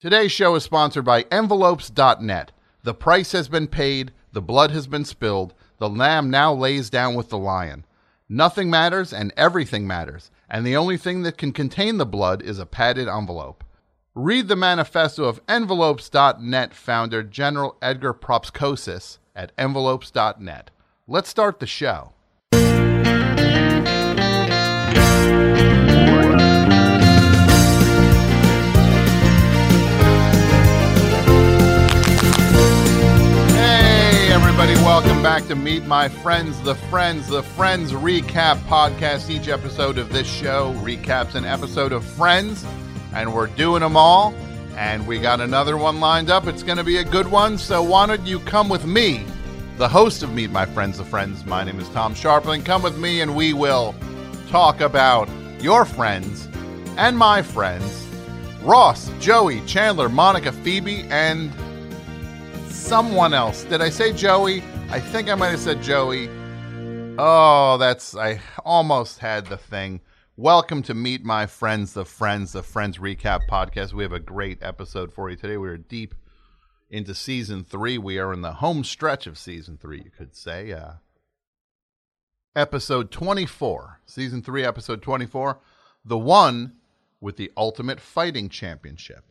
Today's show is sponsored by Envelopes.net. The price has been paid, the blood has been spilled, the lamb now lays down with the lion. Nothing matters and everything matters, and the only thing that can contain the blood is a padded envelope. Read the manifesto of Envelopes.net founder General Edgar Propskosis at Envelopes.net. Let's start the show. Hey, everybody, welcome back to Meet My Friends, the Friends, the Friends Recap Podcast. Each episode of this show recaps an episode of Friends, and we're doing them all. And we got another one lined up. It's going to be a good one. So, why don't you come with me, the host of Meet My Friends, the Friends? My name is Tom Sharpling. Come with me, and we will talk about your friends and my friends Ross, Joey, Chandler, Monica, Phoebe, and someone else. Did I say Joey? I think I might have said Joey. Oh, that's I almost had the thing. Welcome to Meet My Friends, the Friends, the Friends Recap Podcast. We have a great episode for you today. We are deep into season three. We are in the home stretch of season three, you could say. Uh, episode 24, season three, episode 24, the one with the Ultimate Fighting Championship.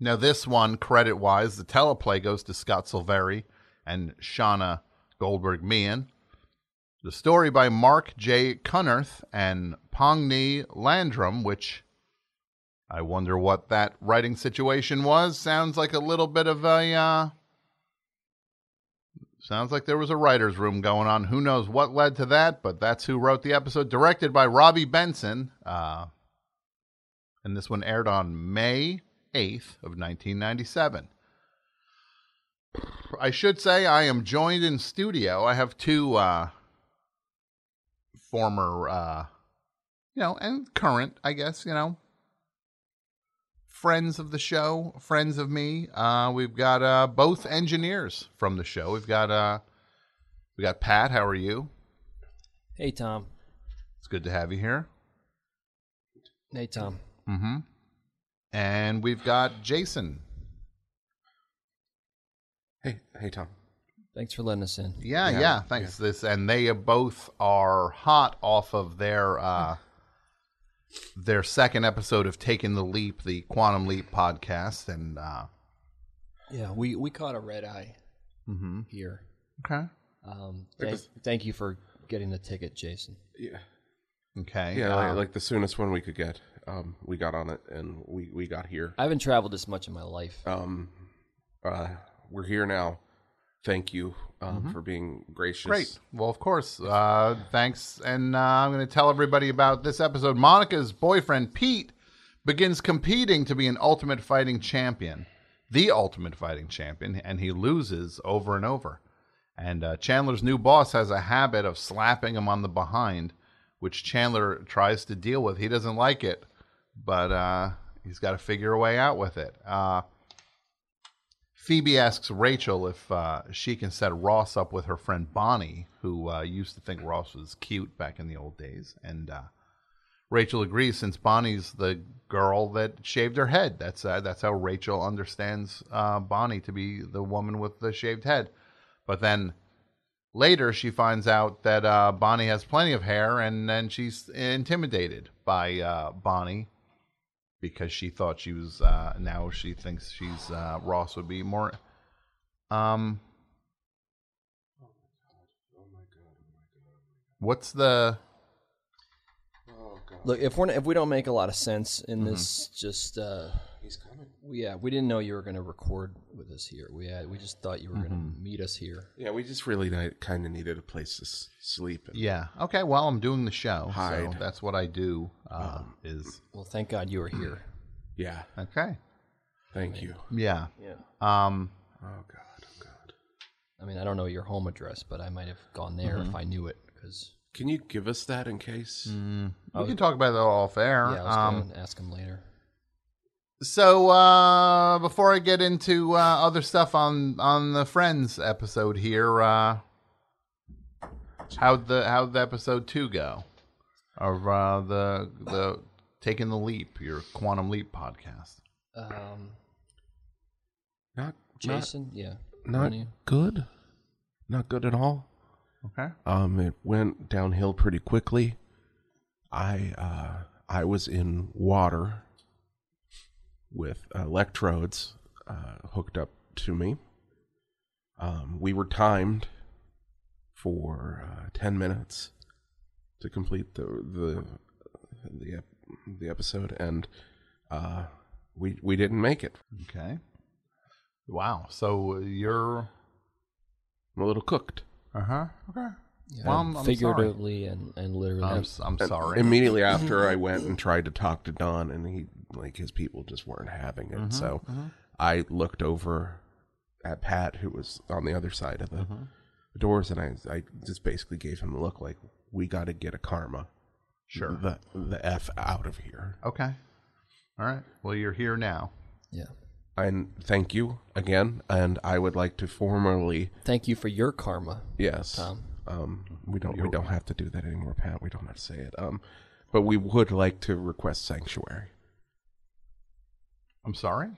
Now, this one, credit wise, the teleplay goes to Scott Silveri and Shauna Goldberg Meehan. The story by Mark J. Cunnerth and Pongnee Landrum, which I wonder what that writing situation was. Sounds like a little bit of a. Uh, sounds like there was a writer's room going on. Who knows what led to that, but that's who wrote the episode. Directed by Robbie Benson. Uh, and this one aired on May 8th of 1997. I should say I am joined in studio. I have two uh, former, uh, you know, and current, I guess, you know, friends of the show, friends of me. Uh, we've got uh, both engineers from the show. We've got uh, we got Pat. How are you? Hey Tom. It's good to have you here. Hey Tom. Mm-hmm. And we've got Jason. Hey, hey, Tom. Thanks for letting us in. Yeah, yeah. Yeah, thanks. This and they both are hot off of their uh their second episode of Taking the Leap, the Quantum Leap podcast, and uh, Yeah, we we caught a red eye Mm-hmm. here. okay, Um, thank, this. thank you for getting the ticket, Jason. Yeah, okay, yeah, um, like, like the soonest one we could get. Um, we got on it, and we we got here. I haven't traveled this much in my life. Um, uh, we're here now. Thank you um, for being gracious. Great. Well, of course. Uh, thanks. And uh, I'm going to tell everybody about this episode. Monica's boyfriend, Pete, begins competing to be an ultimate fighting champion, the ultimate fighting champion, and he loses over and over. And uh, Chandler's new boss has a habit of slapping him on the behind, which Chandler tries to deal with. He doesn't like it, but uh, he's got to figure a way out with it. Uh, Phoebe asks Rachel if uh, she can set Ross up with her friend Bonnie, who uh, used to think Ross was cute back in the old days. And uh, Rachel agrees since Bonnie's the girl that shaved her head. That's uh, that's how Rachel understands uh, Bonnie to be the woman with the shaved head. But then later she finds out that uh, Bonnie has plenty of hair, and then she's intimidated by uh, Bonnie because she thought she was uh, now she thinks she's uh, Ross would be more. Um, what's the Look, if we're if we don't make a lot of sense in Mm-hmm. this, just uh, He's coming. yeah, we didn't know you were going to record with us here. We had, we just thought you were Mm-hmm. going to meet us here. Yeah, we just really kind of needed a place to s- sleep. And, yeah? Okay, well I'm doing the show, so Hide. that's what I do. Uh, Mm-hmm. is Well, thank God you were here. yeah, okay, thank you. yeah. Yeah. Um, Oh God, oh God. I mean, I don't know your home address, but I might have gone there Mm-hmm. if I knew it because Can you give us that in case? mm, we can talk about that off air. yeah, I was um, going to ask him later. So uh, before I get into uh, other stuff on on the Friends episode here, uh, how'd the how'd the episode two go? Of uh, the the taking the leap, your quantum leap podcast. Um, Not Jason. Jason, yeah. Not, Ronnie. good. Not good at all. Okay. Um, it went downhill pretty quickly. I uh, I was in water with electrodes uh, hooked up to me. Um, we were timed for uh, ten minutes to complete the the the ep- the episode, and uh, we we didn't make it. Okay. Wow. So you're. I'm a little cooked. Uh huh. Okay. Yeah, Well, I'm, I'm sorry. figuratively and, and literally. I'm, s- I'm And sorry. Immediately after I went and tried to talk to Don, and he like his people just weren't having it. so I looked over at Pat, who was on the other side of the doors, and I I just basically gave him a look like we got to get a karma, Sure. the the f out of here. Okay. All right. Well, you're here now. yeah. And thank you again, and I would like to formally Thank you for your karma. yes. Tom. Um, we don't we don't have to do that anymore, Pat. We don't have to say it. Um, but we would like to request sanctuary. I'm sorry.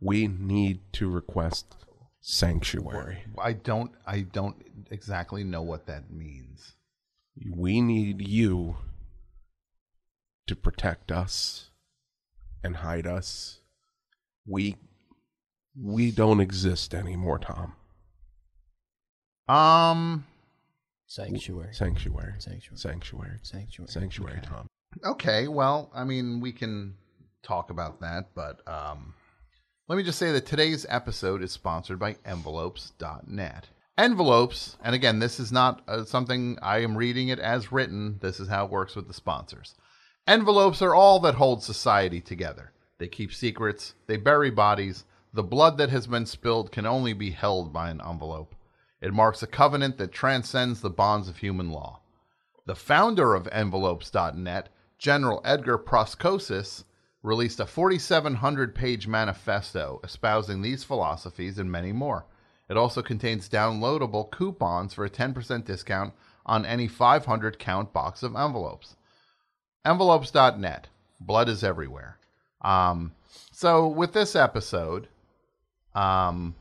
we need to request sanctuary. I don't. I don't exactly know what that means. We need you to protect us and hide us. We we don't exist anymore, Tom. Um. Sanctuary. Sanctuary. Sanctuary. Sanctuary. Sanctuary. Sanctuary, Tom. Okay. Well, I mean, we can talk about that, but um, let me just say that today's episode is sponsored by envelopes.net. Envelopes, and again, this is not uh, something I am reading it as written. This is how it works with the sponsors. Envelopes are all that hold society together. They keep secrets, they bury bodies. The blood that has been spilled can only be held by an envelope. It marks a covenant that transcends the bonds of human law. The founder of Envelopes.net, General Edgar Proskosis, released a 4,700 page manifesto espousing these philosophies and many more. It also contains downloadable coupons for a 10% discount on any 500 count box of envelopes. Envelopes.net. Blood is everywhere. Um, so with this episode, um,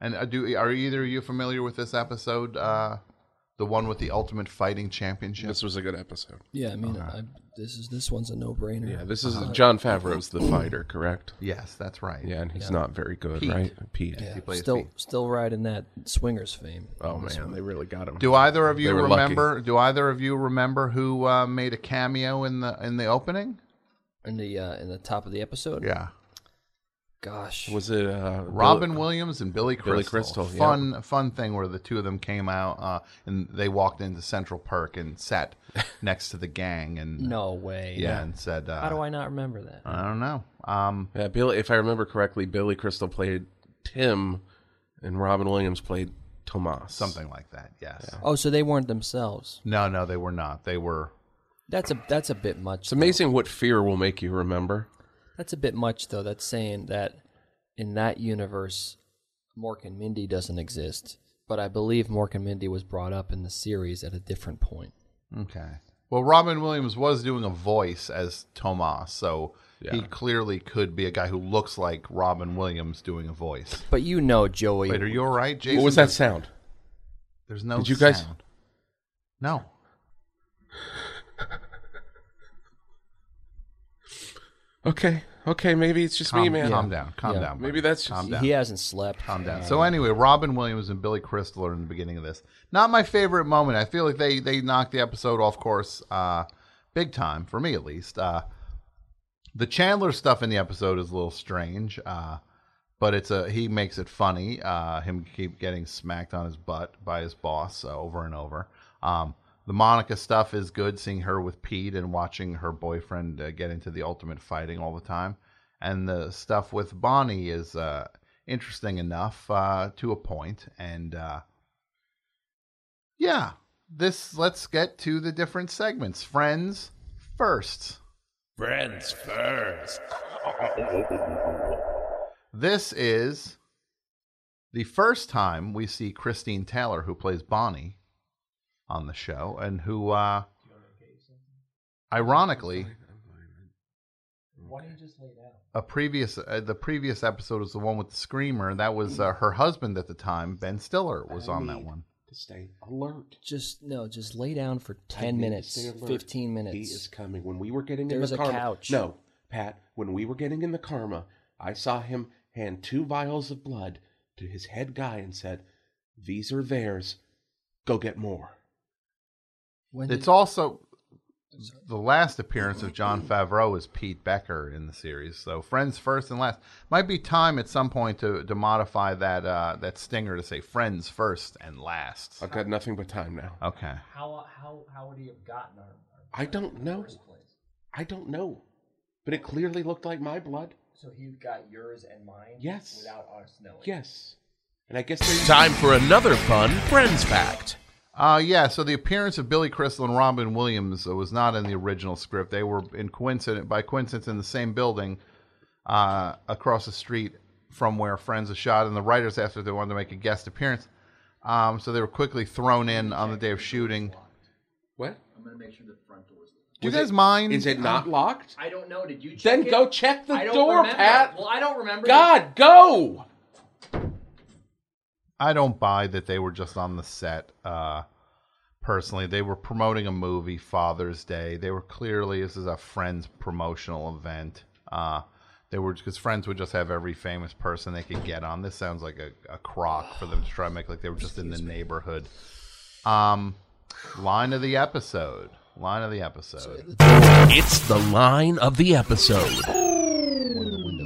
and uh, do are either of you familiar with this episode? Uh, the one with the Ultimate Fighting Championship. This was a good episode. Yeah, I mean, I, this is this one's a no-brainer. Uh-huh. Yeah, this is John Favreau's the fighter, correct? Yes, that's right. Yeah, and he's not very good, Pete. right? Pete. Yeah, plays still Pete. still riding that swingers fame. Oh man, they really got him. Do either of They you were lucky. remember? Do either of you remember who uh, made a cameo in the in the opening? in the uh, in the top of the episode. Yeah, Gosh, Was it uh, Robin Williams and Billy Crystal. Billy Crystal, yeah. Fun fun thing where the two of them came out uh, and they walked into Central Park and sat next to the gang and no way. yeah Uh-huh. and said uh, How do I not remember that? I don't know. Um, Yeah, Billy. If I remember correctly, Billy Crystal played Tim, and Robin Williams played Tomas. something like that. Yes. Oh, so they weren't themselves. No, no, they were not. They were. That's a that's a bit much. It's amazing what fear will make you remember. That's a bit much though. That's saying that in that universe, Mork and Mindy doesn't exist. But I believe Mork and Mindy was brought up in the series at a different point. Okay. Well, Robin Williams was doing a voice as Tomas, so he Yeah. clearly could be a guy who looks like Robin Williams doing a voice. But you know, Joey. Wait, are you all right, Jason? What was that sound? There's no. Did you guys- sound. No. Okay, okay, maybe it's just me, Calm, man. calm down. Calm Yeah. down. Maybe buddy. that's just- calm he- down. he hasn't slept. Uh, calm down. So anyway, Robin Williams and Billy Crystal are in the beginning of this. Not my favorite moment. I feel like they they knocked the episode off course, uh, big time for me at least. Uh, the Chandler stuff in the episode is a little strange, uh, but it's a he makes it funny. Uh, him keep getting smacked on his butt by his boss uh, over and over. Um, the Monica stuff is good, seeing her with Pete and watching her boyfriend uh, get into the ultimate fighting all the time. And the stuff with Bonnie is uh, interesting enough uh, to a point. And uh, yeah, this let's get to the different segments. Friends first. Friends first. This is the first time we see Christine Taylor, who plays Bonnie, on the show, and who, uh, ironically, Why don't you just lay down? a previous uh, the previous episode was the one with the screamer. That was uh, her husband at the time, Ben Stiller, was I on that need one. To stay alert. Just no, just lay down for I ten need to minutes, stay alert. fifteen He is minutes. coming. When we were getting There's in a the karma, couch. no, Pat. When we were getting in the karma, I saw him hand two vials of blood to his head guy and said, "These are theirs. Go get more." When It's did- also the last appearance of John Favreau as Pete Becker in the series. So friends first and last. Might be time at some point to, to modify that uh, that stinger to say friends first and last. I've got nothing but time now. Okay. How how how would he have gotten our? our I don't know. First place? I don't know, but it clearly looked like my blood. So he got yours and mine. Yes. Without us knowing. Yes, and I guess they Time for another fun Friends fact. Uh, yeah, so the appearance of Billy Crystal and Robin Williams uh, was not in the original script. They were in coincident by coincidence in the same building uh, across the street from where Friends is shot, and the writers after they wanted to make a guest appearance. Um, so they were quickly thrown in on the day of shooting. what? I'm gonna make sure the front door's locked. Do you Was guys it- mind? Is it not locked? I don't know. Did you check Then it? go check the I don't door, remember. Pat. Well, I don't remember. God, go! I don't buy that they were just on the set. Uh, personally, they were promoting a movie, Father's Day. They were clearly this is a Friends promotional event. Uh, they were because Friends would just have every famous person they could get on. This sounds like a, a crock for them to try to make like they were just in the neighborhood. Um, line of the episode. Line of the episode. It's the line of the episode.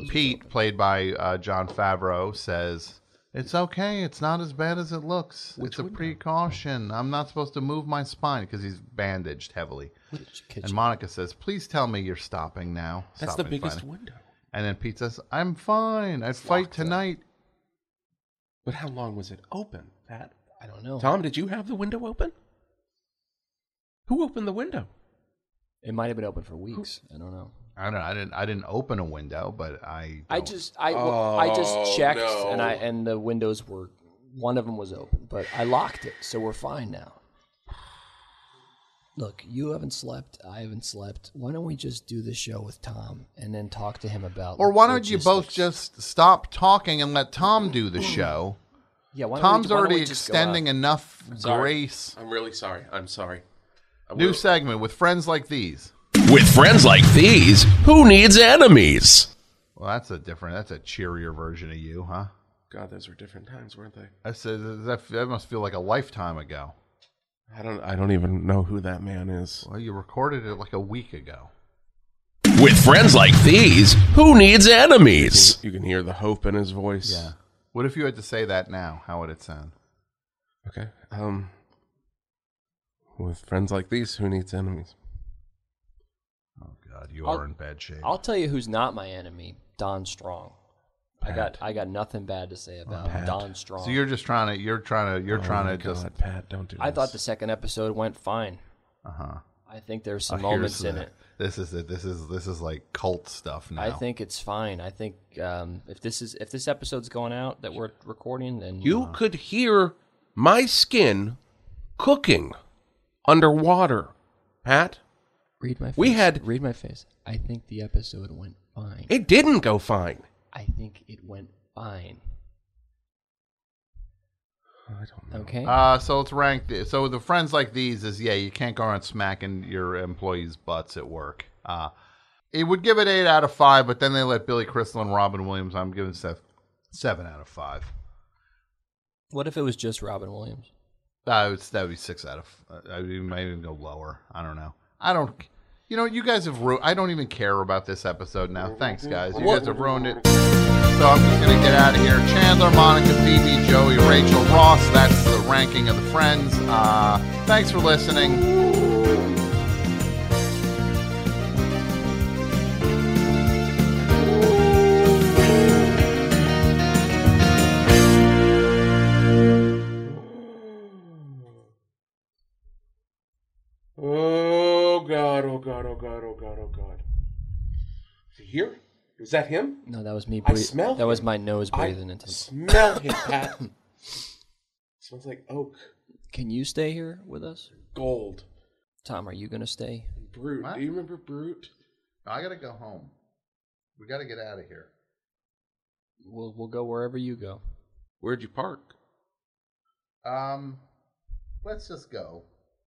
Pete, played by uh, John Favreau, says, "It's okay. It's not as bad as it looks. it's a precaution. I'm not supposed to move my spine because he's bandaged heavily." Kitchen- kitchen. And Monica says, "Please tell me you're stopping now." That's the Stopping biggest fine. window. And then Pete says, "I'm fine. I'd fight tonight." But how long was it open, Pat? I don't know. Tom, did you have the window open? Who opened the window? It might have been open for weeks. I don't know. I don't know. I didn't. I didn't open a window, but I. I don't- just I I just checked and I and the windows were one of them was open, but I locked it, so we're fine now. Look, you haven't slept. I haven't slept. Why don't we just do the show with Tom and then talk to him about? Or why don't you both logistics? just stop talking and let Tom do the show? Yeah, why don't Tom's we, why don't already we just go out? extending enough Sorry. grace. I'm really sorry. I'm sorry. I New will- segment with friends like these. With friends like these, who needs enemies? Well, that's a different. That's a cheerier version of you, huh? God, those were different times, weren't they? That says that, that must feel like a lifetime ago. I don't. I don't even know who that man is. Well, you recorded it like a week ago. With friends like these, who needs enemies? You can hear the hope in his voice. What if you had to say that now? How would it sound? Okay. Um. With friends like these, who needs enemies? Oh God, you I'll- are in bad shape. I'll tell you who's not my enemy. Don Strong. I got Pat. I got nothing bad to say about Pat. Don Strong. so you're just trying to. You're trying to. You're Oh my trying to just. God, Pat, don't do. I this. thought the second episode went fine. Uh huh. I think there's Oh, some moments in it. This is it. This is this is like cult stuff now. I think it's fine. I think um, if this is if this episode's going out that we're recording, then you could hear my skin cooking underwater, Pat. read my. Face. We had- read my face. I think the episode went fine. It didn't go fine. I think it went fine. I don't know. Okay. Uh, so it's ranked. So the friends like these is yeah, you can't go around smacking your employees' butts at work. Uh, it would give it eight out of five, but then they let Billy Crystal and Robin Williams. I'm giving Seth seven out of five. what if it was just Robin Williams? That would that would be six out of. uh, I would might even go lower. I don't know. I don't. You know, you guys have ruined. I don't even care about this episode now. Thanks, guys. You guys have ruined it. So I'm just gonna get out of here. Chandler, Monica, Phoebe, Joey, Rachel, Ross. That's the ranking of the friends. Uh, thanks for listening. Oh God! Oh God! Oh God! Oh God! Oh God! Is he here? Is that him? No, that was me. I breath- smell That was him. my nose I breathing into. The- smell him, Pat. Smells like oak, Can you stay here with us, gold, Tom? Are you gonna stay? and brute. What? Do you remember brute? I gotta go home. We got to get out of here. We'll we'll go wherever you go. Where'd you park? Um, let's just go.